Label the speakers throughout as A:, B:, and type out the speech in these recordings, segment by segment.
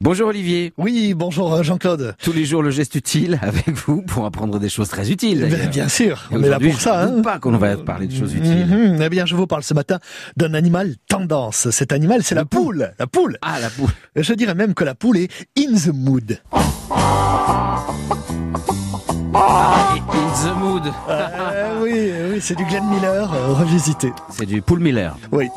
A: Bonjour Olivier.
B: Oui, bonjour euh, Jean-Claude.
A: Tous les jours le geste utile avec vous pour apprendre des choses très utiles.
B: Eh bien,
A: d'ailleurs.
B: bien sûr,
A: Et
B: on est là
A: aujourd'hui,
B: pour ça.
A: Je ne
B: hein.
A: doute pas qu'on va parler de choses utiles.
B: Mhm, Eh bien, je vous parle ce matin d'un animal tendance. Cet animal, c'est la
A: Le pou-
B: poule. La poule.
A: Ah la poule.
B: Je dirais même que la poule est in the mood.
A: Ah, et in the mood. Ah.
B: Euh, oui, euh, oui, c'est du Glenn Miller euh, revisité.
A: C'est du Poul Miller.
B: Oui.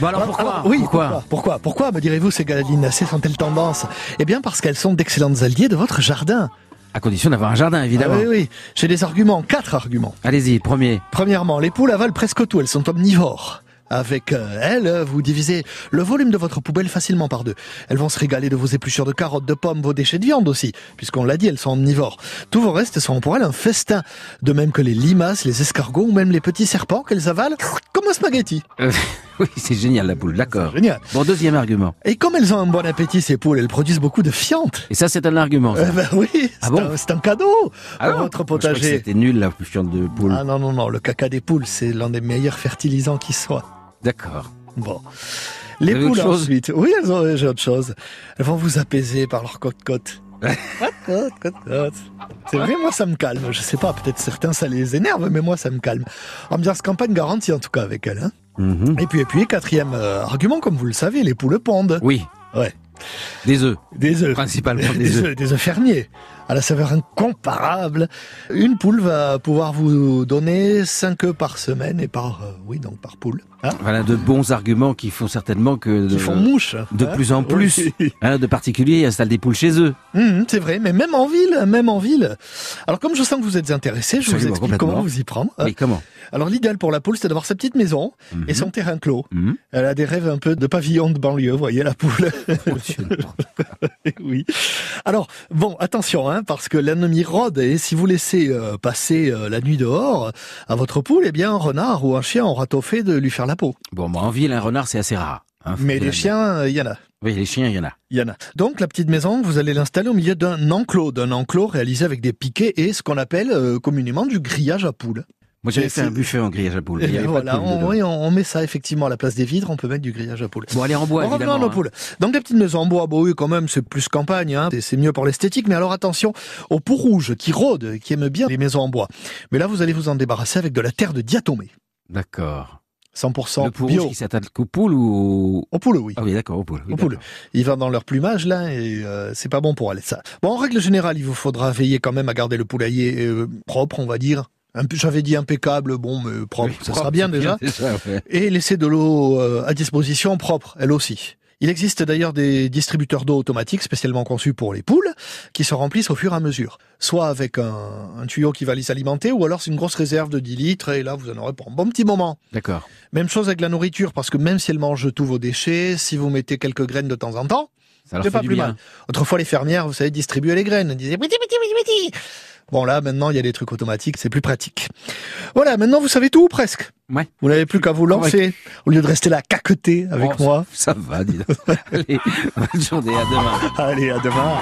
A: Bon alors
B: Ah,
A: pourquoi
B: alors, Oui,
A: Pourquoi
B: pourquoi Pourquoi, pourquoi me direz-vous ces galinacées sont-elles tendance Eh bien, parce qu'elles sont d'excellentes alliées de votre jardin.
A: À condition d'avoir un jardin
B: Ah
A: évidemment.
B: oui, oui. J'ai des arguments, quatre arguments.
A: Allez-y, premier.
B: Premièrement, les poules avalent presque tout, elles sont omnivores. Avec euh, elles, euh, vous divisez le volume de votre poubelle facilement par deux. Elles vont se régaler de vos épluchures de carottes, de pommes, vos déchets de viande aussi, puisqu'on l'a dit, elles sont omnivores. Tous vos restes seront pour elles un festin, de même que les limaces, les escargots ou même les petits serpents qu'elles avalent comme un spaghetti.
A: Euh, oui, c'est génial la poule, d'accord.
B: Génial.
A: Bon, deuxième argument.
B: Et comme elles ont un bon appétit, ces poules, elles produisent beaucoup de fientes.
A: Et ça c'est un argument. ça.
B: Eh ben oui, c'est
A: Ah bon
B: un, c'est un cadeau
A: Ah
B: pour
A: bon
B: votre
A: Moi, je crois que
B: potager.
A: C'était nul la fiente de poule.
B: Ah non, non, non, le caca des poules, c'est l'un des meilleurs fertilisants qui soit.
A: D'accord.
B: Bon. Les
A: avez autre
B: poules
A: chose
B: ensuite. Oui, elles ont j'ai autre chose. Elles vont vous apaiser par leur côte-côte. Côte-côte, côte-côte. C'est vrai, moi ça me calme. Je sais pas, peut-être certains ça les énerve, mais moi ça me calme. Ambiance campagne garantie en tout cas avec elles. hein.
A: Mhm.
B: Et puis, et puis, quatrième euh, argument, comme vous le savez, les poules pondent.
A: Oui.
B: Ouais.
A: Des œufs,
B: Des œufs.
A: principalement des
B: Des
A: œufs.
B: œufs, des œufs fermiers, à la saveur incomparable. Une poule va pouvoir vous donner 5 œufs par semaine et par, euh, oui, donc par poule. Hein
A: Voilà de bons arguments qui font certainement que
B: qui
A: de-
B: font mouche.
A: de
B: hein.
A: plus en plus.
B: Oui.
A: Hein, de particuliers installent des poules chez eux.
B: Hum, c'est vrai, mais même en ville, même en ville. Alors comme je sens que vous êtes intéressé, je vous
A: Absolument,
B: explique comment
A: complètement.
B: vous y prendre.
A: Mais comment
B: Alors l'idéal pour la poule, c'est d'avoir sa petite maison Ah. et son terrain clos.
A: Mhm.
B: Elle a des rêves un peu de pavillon de banlieue, vous voyez la poule. Eh oui. Alors bon, attention, hein, parce que l'ennemi rôde et si vous laissez euh, passer euh, la nuit dehors à votre poule, eh bien un renard ou un chien aura tôt fait de lui faire la peau.
A: Bon, moi, en ville, un renard, c'est assez rare. hein, faut bien
B: Mais les
A: le dire.
B: chiens, euh, il y en a.
A: Oui, les chiens, il y en a.
B: Il y en a. Donc la petite maison, vous allez l'installer au milieu d'un enclos, d'un enclos réalisé avec des piquets et ce qu'on appelle euh, communément du grillage à poules.
A: Moi, j'avais
B: Et
A: fait
B: c'est-
A: un buffet en grillage à poules. mais il y
B: Et
A: avait pas de
B: voilà,
A: poules
B: on,
A: dedans.
B: oui, on on met ça effectivement à la place des vitres, on peut mettre du grillage à poules.
A: Bon, allez, en bois,
B: en revenant
A: évidemment.
B: à nos
A: hein.
B: poules. Donc la petite maison en bois, bon oui, quand même, c'est plus campagne, hein, et c'est mieux pour l'esthétique, mais alors attention aux poux rouges qui rôdent, qui aiment bien les maisons en bois. Mais là, vous allez vous en débarrasser avec de la terre de diatomée,
A: D'accord. Le
B: 100%
A: pour
B: bio.
A: qui s'attaque aux poules ou... aux-
B: Aux poules, oui.
A: Ah oui, d'accord, aux poules. oui,
B: Aux poules.
A: d'accord.
B: Il va dans leur plumage là et euh, c'est pas bon pour aller ça. Bon, en règle générale, il vous faudra veiller quand même à garder le poulailler euh, propre, on va dire. Imp- J'avais dit impeccable, bon, mais propre,
A: Oui,
B: ça sera bien
A: c'est
B: déjà.
A: ouais.
B: Et laisser de l'eau euh, à disposition propre, elle aussi. Il existe d'ailleurs des distributeurs d'eau automatiques spécialement conçus pour les poules qui se remplissent au fur et à mesure. Soit avec un, un tuyau qui va les alimenter ou alors c'est une grosse réserve de 10 litres et là vous en aurez pour un bon petit moment.
A: D'accord.
B: Même chose avec la nourriture, parce que même si elle mange tous vos déchets, si vous mettez quelques graines de temps en temps,
A: Ça leur
B: c'est
A: fait
B: pas
A: du
B: plus
A: bien.
B: mal. Autrefois, les fermières, vous savez, distribuaient les graines. Elles disaient petit, petit, petit, petit. Bon, là, maintenant, il y a des trucs automatiques, c'est plus pratique. Voilà, maintenant, vous savez tout, ou presque.
A: Ouais.
B: Vous n'avez plus qu'à vous lancer, au lieu de rester là, caqueter avec
A: Oh,
B: moi.
A: Ça va, dis donc. Allez, bonne journée, à demain.
B: Allez, à demain.